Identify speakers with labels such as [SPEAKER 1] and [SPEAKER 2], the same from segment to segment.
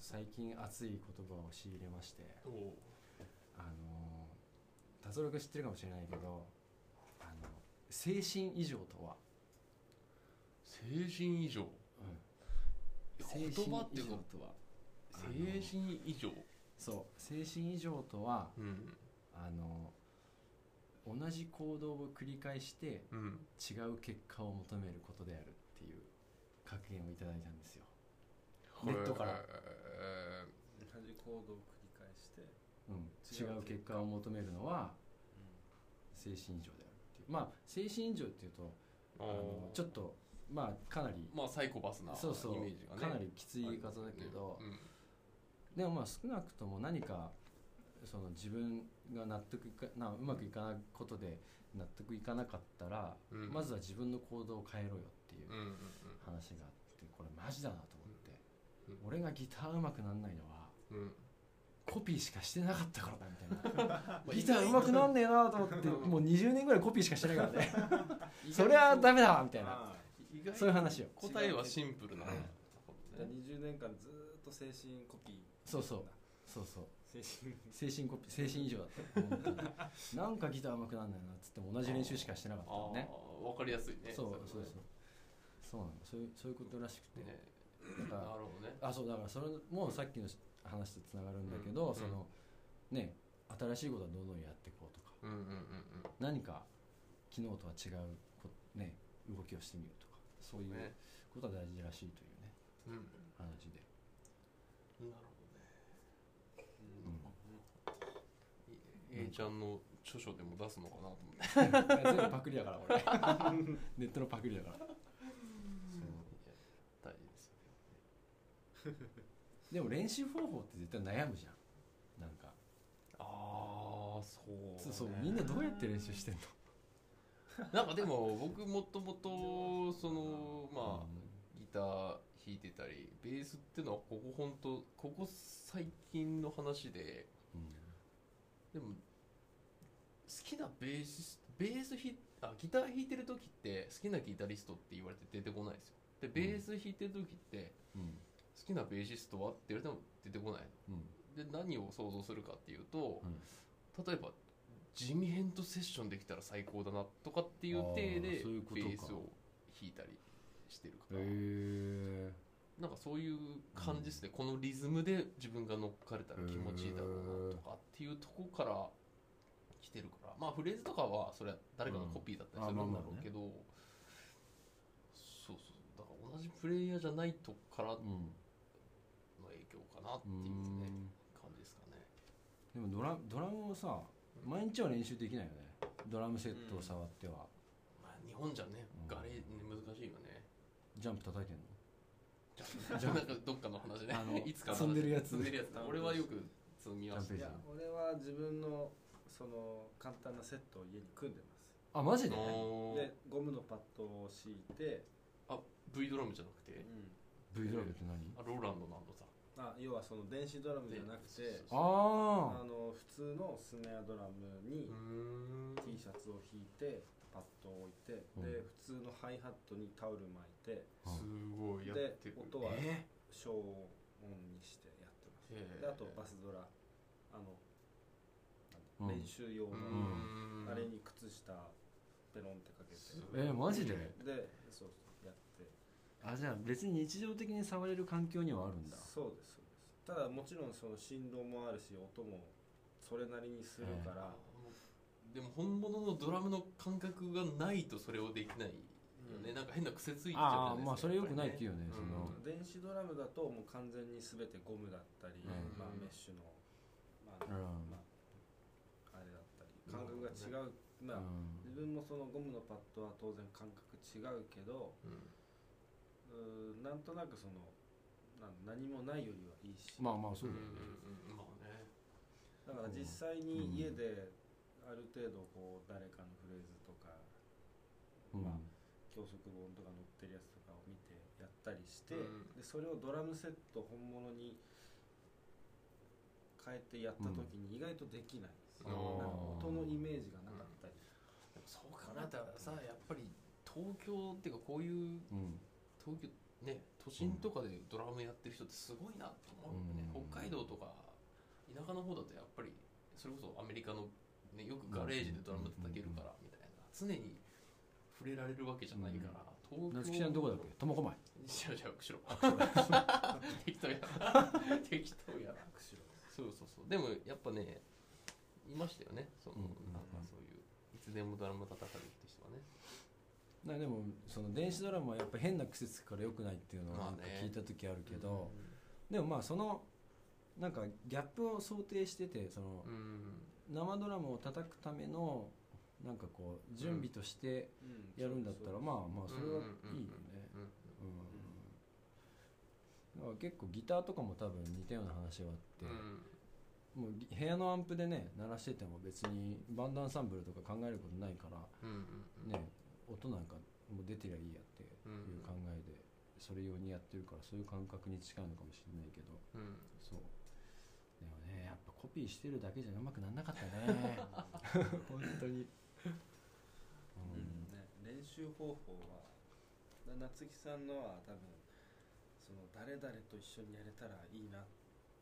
[SPEAKER 1] 最近熱い言葉を仕入れまして
[SPEAKER 2] おお
[SPEAKER 1] あの達郎君知ってるかもしれないけどあの精神異常とは、
[SPEAKER 2] 精神異常
[SPEAKER 1] 精
[SPEAKER 2] 言
[SPEAKER 1] 神
[SPEAKER 2] 葉っ
[SPEAKER 1] 異
[SPEAKER 2] ていう
[SPEAKER 1] 常
[SPEAKER 2] か
[SPEAKER 1] とはあの
[SPEAKER 2] 精神異常
[SPEAKER 1] そう精神異常とは
[SPEAKER 2] うん
[SPEAKER 1] あの同じ行動を繰り返して
[SPEAKER 2] うん
[SPEAKER 1] 違う結果を求めることであるっていう格言をいただいたんですよ、ネットから
[SPEAKER 2] これえ
[SPEAKER 3] 同じ行動を繰り返して、うん、
[SPEAKER 1] うん、
[SPEAKER 3] 違
[SPEAKER 1] 違う
[SPEAKER 3] う
[SPEAKER 1] 結果を求めるのは精神異常であるっていうまあ精神異常っていうと
[SPEAKER 2] ー
[SPEAKER 1] あのちょっとまあかなり
[SPEAKER 2] まあサイコパスなイメ
[SPEAKER 1] そうそう、
[SPEAKER 2] ージがね
[SPEAKER 1] かなりきつい言い方だけど、
[SPEAKER 2] うん
[SPEAKER 1] でもまあ少なくとも何かその自分が納得いかなうまくいかないことで納得いかなかったら、
[SPEAKER 2] うん
[SPEAKER 1] まずは自分の行動を変えろよっていう
[SPEAKER 2] うんうんうん
[SPEAKER 1] 話があってこれマジだなと思って、
[SPEAKER 2] うん
[SPEAKER 1] 俺がギターうまくなんないのは
[SPEAKER 2] うん
[SPEAKER 1] コピーしかしてなかったからだみた いなギターうまくなんねえなと思ってもう20年ぐらいコピーしかしてないからねそれはダメだみたいな
[SPEAKER 3] あ
[SPEAKER 2] 意外と
[SPEAKER 1] そういう話よ
[SPEAKER 2] 答えはシンプルな
[SPEAKER 1] うん
[SPEAKER 3] あ20年間ずーっと精神コピー
[SPEAKER 1] そうそうそうそう
[SPEAKER 3] 精神
[SPEAKER 1] 精神コピー精神異常だった本当になんかギターうまくなんないなっつっても同じ練習しかしてなかったのね
[SPEAKER 2] あーわかりやすいね
[SPEAKER 1] そう
[SPEAKER 2] れね
[SPEAKER 1] そうそうそうなんだそういうそういうことらしくて、
[SPEAKER 2] ね
[SPEAKER 1] だか
[SPEAKER 2] なる
[SPEAKER 1] ら
[SPEAKER 2] ほどね
[SPEAKER 1] あそうだからそれもさっきの話とつながるんだけど、
[SPEAKER 2] うん
[SPEAKER 1] そのね新しいことはどんどんやっていこうとか
[SPEAKER 2] うんうんうん
[SPEAKER 1] 何か昨日とは違うこね動きをしてみるとかそうい
[SPEAKER 2] うん
[SPEAKER 1] う
[SPEAKER 2] ね
[SPEAKER 1] ことは大事らしいというね
[SPEAKER 2] うんなる
[SPEAKER 1] 話で
[SPEAKER 2] ほどねうん A ちゃんの著書でも出すのかなと思って
[SPEAKER 1] いや全部パクリだから 俺ネットのパクリだからそう
[SPEAKER 2] 大事ですよね
[SPEAKER 1] でも練習方法って絶対悩むじゃんなんか
[SPEAKER 2] ああそう
[SPEAKER 1] そうそうみんなどうやって練習してんの
[SPEAKER 2] なんかでも僕もともとそのま
[SPEAKER 1] うん
[SPEAKER 2] あギター弾いてたりベースってのはここ本当ここ最近の話ででも好きなベースベース弾あギター弾いてる時って好きなギタリストって言われて出てこないですよでベース弾いてる時って
[SPEAKER 1] うん
[SPEAKER 2] 好きなベーシストはって言われても出てこない
[SPEAKER 1] うん
[SPEAKER 2] で何を想像するかっていうと
[SPEAKER 1] うん
[SPEAKER 2] 例えば地味編とセッションできたら最高だなとかっていう体
[SPEAKER 1] あー
[SPEAKER 2] で
[SPEAKER 1] そういうこと
[SPEAKER 2] ベ
[SPEAKER 1] か
[SPEAKER 2] ースを弾いたりしてるか
[SPEAKER 1] へ
[SPEAKER 2] ら
[SPEAKER 1] え
[SPEAKER 2] なんかそういう感じですね、このリズムで自分が乗っかれたら気持ちいいだろうなとかっていうとこから来てるからまあフレーズとかはそれは誰かのコピーだったりするんだろうけど、そうそうだから同じプレイヤーじゃないとこからの
[SPEAKER 1] うん
[SPEAKER 2] 影響かなって
[SPEAKER 1] う
[SPEAKER 2] いう
[SPEAKER 1] ん
[SPEAKER 2] ね、感じですかね
[SPEAKER 1] でもドラドラムをさ毎日は練習できないよねドラムセットを触っては、
[SPEAKER 2] まあ日本じゃね
[SPEAKER 1] うん
[SPEAKER 2] ガレー難しいよね
[SPEAKER 1] ジャンプ叩いてんの
[SPEAKER 2] じゃあなんかどっかの話ね
[SPEAKER 1] あの
[SPEAKER 2] いつかの話
[SPEAKER 1] 積んでるやつ
[SPEAKER 2] 積んでるやつね俺はよく積みます
[SPEAKER 1] ジャンプ
[SPEAKER 3] いや俺は自分のその簡単なセットを家に組んでます
[SPEAKER 1] あマジで
[SPEAKER 2] ね
[SPEAKER 3] でゴムのパッドを敷いて、
[SPEAKER 2] あ V ドラムじゃなく
[SPEAKER 3] う
[SPEAKER 2] て
[SPEAKER 3] ん
[SPEAKER 1] V ドラムって何
[SPEAKER 2] あローランドなんださ
[SPEAKER 3] あ要はその電子ドラムじゃなく
[SPEAKER 2] で
[SPEAKER 3] て
[SPEAKER 2] そう
[SPEAKER 3] あ
[SPEAKER 1] あ
[SPEAKER 3] の普通のスネアドラムに
[SPEAKER 2] うーん
[SPEAKER 3] T シャツを引いてパッドを置いて、
[SPEAKER 1] うん
[SPEAKER 3] で普通のハイハットにタオル巻いて
[SPEAKER 1] あ
[SPEAKER 2] すごいやってる
[SPEAKER 3] で音は
[SPEAKER 2] え
[SPEAKER 3] 消音にしてやってます、
[SPEAKER 2] へえ
[SPEAKER 3] であとバスドラあの、
[SPEAKER 1] うん
[SPEAKER 3] 練習用
[SPEAKER 2] う
[SPEAKER 3] の
[SPEAKER 2] ーん
[SPEAKER 3] あれに靴下ペロンってかけ
[SPEAKER 2] す
[SPEAKER 3] て
[SPEAKER 1] えーマジで
[SPEAKER 3] でそうそうやって
[SPEAKER 1] あじゃあ別に日常的に触れる環境にはあるんだ
[SPEAKER 3] そうですそうですただもちろんその振動もあるし音もそれなりにするから、
[SPEAKER 2] でも本物のドラムの感覚がないとそれをできないよね、
[SPEAKER 3] うん
[SPEAKER 2] なんか変な癖ついてち
[SPEAKER 1] あ
[SPEAKER 2] ゃ
[SPEAKER 1] あ
[SPEAKER 2] うじゃないですか
[SPEAKER 1] まあそれよくないっていううよね
[SPEAKER 2] やっぱ
[SPEAKER 1] そ
[SPEAKER 2] りね
[SPEAKER 1] の
[SPEAKER 2] うん
[SPEAKER 3] 電子ドラムだともう完全に全てゴムだったり、
[SPEAKER 1] うん
[SPEAKER 3] まあ、メッシュの、ま
[SPEAKER 1] う
[SPEAKER 3] あ
[SPEAKER 1] ん
[SPEAKER 3] まあ、あれだったり感覚が違う、まあ、
[SPEAKER 1] うん
[SPEAKER 3] 自分もそのゴムのパッドは当然感覚違うけどうーなんとなくそのな何もないよりはいいし、
[SPEAKER 1] まあまあそううんだ
[SPEAKER 2] う
[SPEAKER 1] よ
[SPEAKER 2] ん
[SPEAKER 1] ね
[SPEAKER 2] うんうんまあね
[SPEAKER 3] だから実際に家である程度こう誰かのフレーズとか、
[SPEAKER 1] うん
[SPEAKER 3] まあ、教則本とか載ってるやつとかを見てやったりして、
[SPEAKER 2] うん
[SPEAKER 3] でそれをドラムセット本物に変えてやった時に意外とできないんですよ、
[SPEAKER 2] うん
[SPEAKER 3] なんか音のイメージがなかったり、
[SPEAKER 2] そう考えたらさやっぱり東京っていうかこういう
[SPEAKER 1] うん
[SPEAKER 2] 東京ね都心とかでドラムやってる人ってすごいなと思うよね、
[SPEAKER 1] うん
[SPEAKER 2] 北海道とか田舎の方だとやっぱりそれこそアメリカの、ね、よくガレージでドラム叩けるからみたいな常に触れられるわけじゃないから、
[SPEAKER 1] 夏
[SPEAKER 2] 東
[SPEAKER 1] 木ちゃ
[SPEAKER 2] 京
[SPEAKER 1] んどこだっけ苫小牧
[SPEAKER 2] じゃあじゃあ釧路 適 当やな適当やな
[SPEAKER 3] 釧路
[SPEAKER 2] そうそうそうでもやっぱねいましたよねその、
[SPEAKER 1] うんうんうん
[SPEAKER 2] なんかそういういつでもドラム叩かれるって人はね
[SPEAKER 1] なでもその電子ドラムはやっぱ変な癖つくから良くないっていうの
[SPEAKER 2] まあ
[SPEAKER 1] はなん
[SPEAKER 2] ね
[SPEAKER 1] か聞いた時あるけど、でもまあそのなんかギャップを想定しててその
[SPEAKER 2] うん
[SPEAKER 1] 生ドラムを叩くためのなんかこう準備として
[SPEAKER 3] うん
[SPEAKER 1] やるんだったらまあまあそれはいいよね。
[SPEAKER 2] うんうんうん
[SPEAKER 1] うんだから結構ギターとかも多分似たような話はあって、
[SPEAKER 2] うん
[SPEAKER 1] もうぎ部屋のアンプでね鳴らしてても別にバンドアンサンブルとか考えることないから、
[SPEAKER 2] うんうんうん
[SPEAKER 1] ね、音なんかもう出てりゃいいやっていう
[SPEAKER 2] うん
[SPEAKER 1] 考えでそれ用にやってるからそういう感覚に近いのかもしれないけど
[SPEAKER 2] うん
[SPEAKER 1] そうでもねやっぱコピーしてるだけじゃうまくなんなかったね本当に、
[SPEAKER 3] う
[SPEAKER 1] うんん
[SPEAKER 3] ね、練習方法はな夏木さんのは多分その誰々と一緒にやれたらいいなっ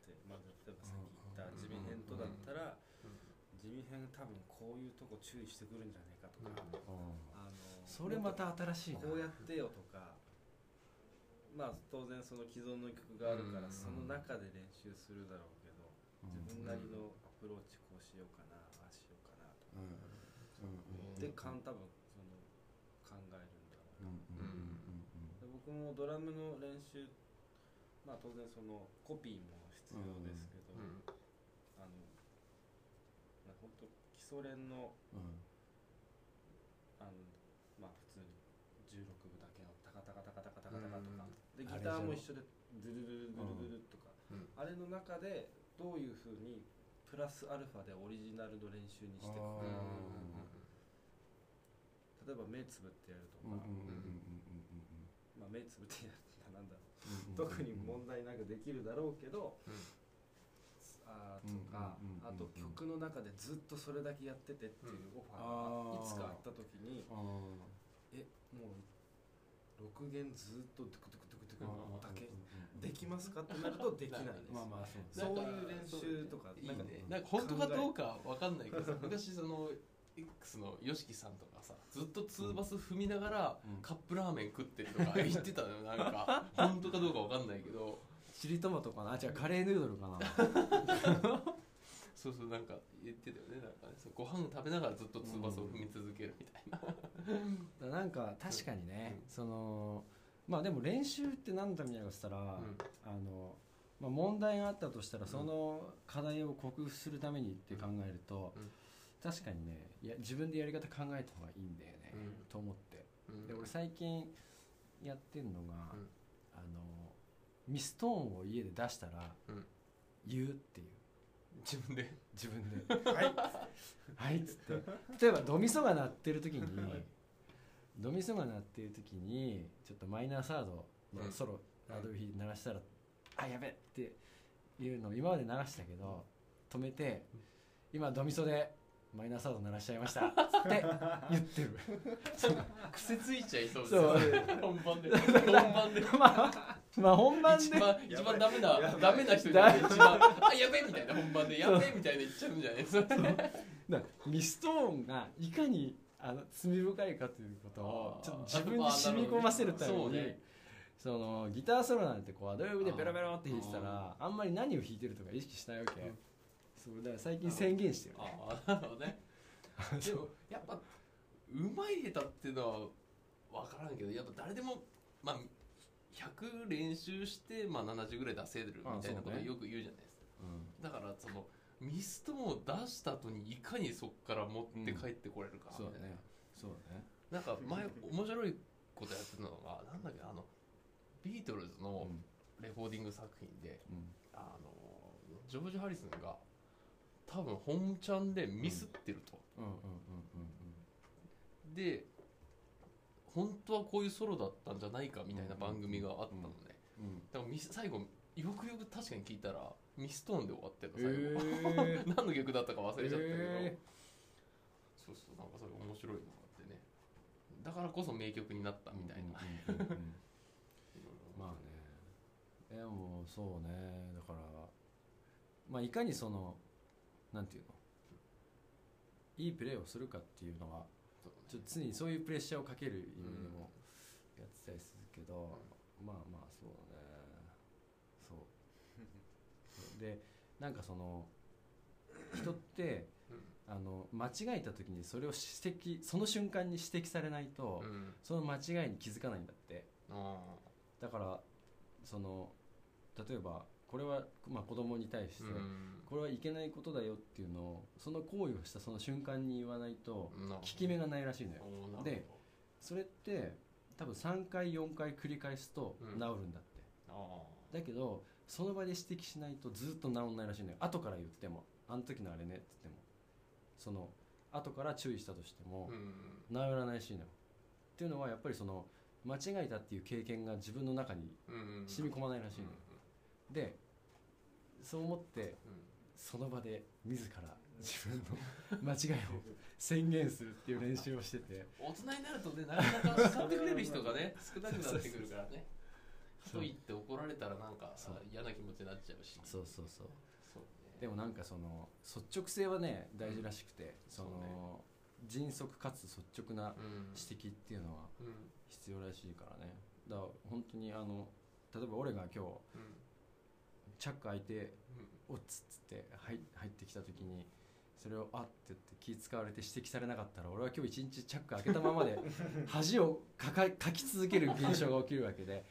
[SPEAKER 3] て、まあ、例えばさっき言った
[SPEAKER 2] うん
[SPEAKER 3] 地味編とだったら
[SPEAKER 2] うん
[SPEAKER 3] 地味編多分こういうとこ注意してくるんじゃねえかと
[SPEAKER 2] うん
[SPEAKER 3] か、
[SPEAKER 1] あ
[SPEAKER 3] あの
[SPEAKER 1] ーそれまた新しいな
[SPEAKER 3] こうやってよとかまあ当然その既存の曲があるから
[SPEAKER 2] うん
[SPEAKER 3] その中で練習するだろうけど
[SPEAKER 1] うん
[SPEAKER 3] 自分なりのアプローチこうしようかなああしようかなと
[SPEAKER 1] うんうん
[SPEAKER 3] でかん多分その考えるんだろう
[SPEAKER 1] うんうん
[SPEAKER 3] で僕もドラムの練習まあ当然そのコピーも必要ですけど、
[SPEAKER 2] うん
[SPEAKER 3] あのまあ本当基礎練の
[SPEAKER 1] うんうん
[SPEAKER 3] あのまあ普通に16部だけのタカタカタカタカタカタカとか、でギ
[SPEAKER 1] あれ
[SPEAKER 3] ターも
[SPEAKER 1] じ
[SPEAKER 3] 一緒でドゥルルルルルルルとか、
[SPEAKER 2] うん
[SPEAKER 3] あれの中でどういうふうにプラスアルファでオリジナルの練習にしていく
[SPEAKER 1] あ
[SPEAKER 3] か
[SPEAKER 1] ー
[SPEAKER 3] 例えば目つぶってやると
[SPEAKER 1] うん
[SPEAKER 3] か、
[SPEAKER 1] うんうんうんうん
[SPEAKER 3] まあ、目つぶってやるとかなんだろ
[SPEAKER 1] うん
[SPEAKER 3] う特に問題なくできるだろうけど、
[SPEAKER 2] うん
[SPEAKER 3] あーとか、
[SPEAKER 1] うんうんうんうん
[SPEAKER 3] あと曲の中でずっとそれだけやっててっていうオフ
[SPEAKER 1] うん
[SPEAKER 3] ァーがいつかあった時に、
[SPEAKER 1] あー
[SPEAKER 3] えもう6弦ずっとドゥクドゥクドゥクドゥクだけ
[SPEAKER 1] うんうんうん
[SPEAKER 3] できますかってなるとできないんです、
[SPEAKER 1] まあまあそうです
[SPEAKER 3] そういう練習とか
[SPEAKER 2] いい
[SPEAKER 3] なんか
[SPEAKER 2] ねなんか本当かどうかわかんないけどさ昔その X の YOSHIKI さんとかさずっとツーバス踏みながら
[SPEAKER 1] うん
[SPEAKER 2] カップラーメン食ってるとか言ってたのよなんか本当かどうかわかんないけど
[SPEAKER 1] チリトマトかなあ違うカレーヌードルかな
[SPEAKER 2] そうそうなんか言ってたよねなんかねそうご飯食べながらずっとツーバスを踏み続けるみたいな
[SPEAKER 1] なんか確かにね、
[SPEAKER 2] う
[SPEAKER 1] そのまあでも練習って何のためにやるかって言ったら、
[SPEAKER 2] うん
[SPEAKER 1] あの、まあ、問題があったとしたら
[SPEAKER 2] うん
[SPEAKER 1] その課題を克服するためにって考えると、
[SPEAKER 2] うん
[SPEAKER 1] 確かにねいや自分でやり方考えた方がいいんだよね、
[SPEAKER 2] うん
[SPEAKER 1] と思って
[SPEAKER 2] うん
[SPEAKER 1] で俺最近やってんのが、
[SPEAKER 2] うん
[SPEAKER 1] あのミストーンを家で出したら、
[SPEAKER 2] うん
[SPEAKER 1] 言うっていう
[SPEAKER 2] 自分で
[SPEAKER 1] 自分で「はい」はいっつって例えばドミソが鳴ってる時にドミソが鳴ってる時にちょっとマイナーサード
[SPEAKER 2] う
[SPEAKER 1] の
[SPEAKER 2] ん
[SPEAKER 1] ソロアドビー鳴らしたら「あやべ」っていうのを今まで鳴らしたけど止めて「今ドミソでマイナーサード鳴らしちゃいました」って言ってる
[SPEAKER 2] 癖ついちゃいそうです
[SPEAKER 1] そ
[SPEAKER 2] よ
[SPEAKER 1] う
[SPEAKER 2] ね本番で本番で
[SPEAKER 1] まあまあ本番
[SPEAKER 2] 一
[SPEAKER 1] で
[SPEAKER 2] 番
[SPEAKER 3] やばい
[SPEAKER 2] 一番ダメな
[SPEAKER 3] やばい
[SPEAKER 2] ダメな人じゃない一番あやべえみたいな本番でやべえみたいな言っちゃうんじゃないそれ
[SPEAKER 1] だからミストーンがいかにあの罪深いかということを
[SPEAKER 2] あー
[SPEAKER 1] ちょっと自分に染み込ませるため
[SPEAKER 2] そう
[SPEAKER 1] に
[SPEAKER 2] ね
[SPEAKER 1] そのギターソロなんてこうアドリブでベロベロって弾いてたらあんまり何を弾いてるとか意識しないわけ、
[SPEAKER 2] うん
[SPEAKER 1] そうだから最近宣言してるね
[SPEAKER 2] ああなるほどね でもやっぱうまい下手っていうのは分からんけどやっぱ誰でもまあ100練習して、まあ、70ぐらい出せるみたいなこと
[SPEAKER 1] あそうね
[SPEAKER 2] よく言うじゃないですか、
[SPEAKER 1] うん
[SPEAKER 2] だからそのミストも出した後にいかにそこから持って帰ってこれるかみた
[SPEAKER 1] そ
[SPEAKER 2] いうな、
[SPEAKER 1] だねそうだね
[SPEAKER 2] なんか前面白いことやってたのがなんだっけあのビートルズの
[SPEAKER 1] うん
[SPEAKER 2] レコーディング作品で、
[SPEAKER 1] うん
[SPEAKER 2] あのジョージ・ハリスンが多分本ちゃんでミスってると、
[SPEAKER 1] うんうんうん
[SPEAKER 2] で本当はこういうソロだったんじゃないかみたいな番組があったの
[SPEAKER 1] う
[SPEAKER 2] ね、
[SPEAKER 1] んうん
[SPEAKER 2] でもミス最後よくよく確かに聞いたらミストーンで終わってた最後、
[SPEAKER 1] え
[SPEAKER 2] 何の曲だったか忘れちゃったけど、
[SPEAKER 1] え
[SPEAKER 2] そうそうなんかそれ面白いなってねだからこそ名曲になったみた
[SPEAKER 1] う
[SPEAKER 2] いな、
[SPEAKER 1] んうんうんうん
[SPEAKER 2] いろいろ
[SPEAKER 1] えもうそうねだからまあいかにそのなんていうのいいプレーをするかっていうのは
[SPEAKER 2] そうね
[SPEAKER 1] ちょっと常にそういうプレッシャーをかける意味で
[SPEAKER 2] うん
[SPEAKER 1] もやってたりするけど、まあまあそうだねそう でなんかその人って
[SPEAKER 2] うん
[SPEAKER 1] あの間違えた時にそれを指摘その瞬間に指摘されないと、
[SPEAKER 2] うん
[SPEAKER 1] その間違いに気づかないんだって
[SPEAKER 2] あ
[SPEAKER 1] だからその例えばこれは、まあ、子供に対し
[SPEAKER 2] ー
[SPEAKER 1] て、
[SPEAKER 2] うん
[SPEAKER 1] これはいけないことだよっていうのをその行為をしたその瞬間に言わないと
[SPEAKER 2] なるほど
[SPEAKER 1] 効き目がないらしいのよ
[SPEAKER 2] おーなるほど
[SPEAKER 1] でそれって多分3回4回繰り返すと
[SPEAKER 2] う
[SPEAKER 1] 治
[SPEAKER 2] ん
[SPEAKER 1] るんだって、
[SPEAKER 2] あ
[SPEAKER 1] だけどその場で指摘しないとずっと治んないらしいのよ後から言ってもあの時のあれねって言ってもその後から注意したとして
[SPEAKER 2] あ
[SPEAKER 1] も
[SPEAKER 2] うん、
[SPEAKER 1] 治らないらしいのよ、っていうのはやっぱりその間違えたっていう経験が自分の中に
[SPEAKER 2] うん、
[SPEAKER 1] 染み込まないらしいの
[SPEAKER 2] うん
[SPEAKER 1] よ、でそう思って
[SPEAKER 2] うん
[SPEAKER 1] その場で自ら自分の間違いを宣言するっていう練習をしてて
[SPEAKER 2] 大人になるとねなかなか叱ってくれる人がね少なくなってくるからねか
[SPEAKER 1] そう
[SPEAKER 2] といって怒られたらなんか
[SPEAKER 1] そう
[SPEAKER 2] あ嫌な気持ちになっちゃうし
[SPEAKER 1] そうそうそう
[SPEAKER 2] そうね
[SPEAKER 1] でもなんかその率直性はね大事らしくて、その
[SPEAKER 2] そうね
[SPEAKER 1] 迅速かつ率直な
[SPEAKER 2] うん
[SPEAKER 1] 指摘っていうのは
[SPEAKER 2] うん
[SPEAKER 1] 必要らしいからねだから本当にあの例えば俺が今日
[SPEAKER 2] うん
[SPEAKER 1] チャック開いて
[SPEAKER 2] う
[SPEAKER 1] 「
[SPEAKER 2] ん
[SPEAKER 1] おっつ」っつって入入ってきた時にそれを「あっ」て言って気使われて指摘されなかったら俺は今日一日チャック開けたままで恥をかかかき続ける現象が起きるわけで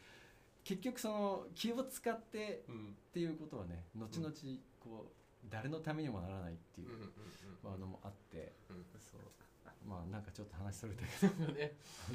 [SPEAKER 1] 結局その気を使って
[SPEAKER 2] うん
[SPEAKER 1] っていうことはね後々こう誰のためにもならないっていううん
[SPEAKER 2] うん
[SPEAKER 1] まあのもあって、
[SPEAKER 2] うん
[SPEAKER 1] そうまあなんかちょっと話それたけ
[SPEAKER 2] うんね
[SPEAKER 1] ど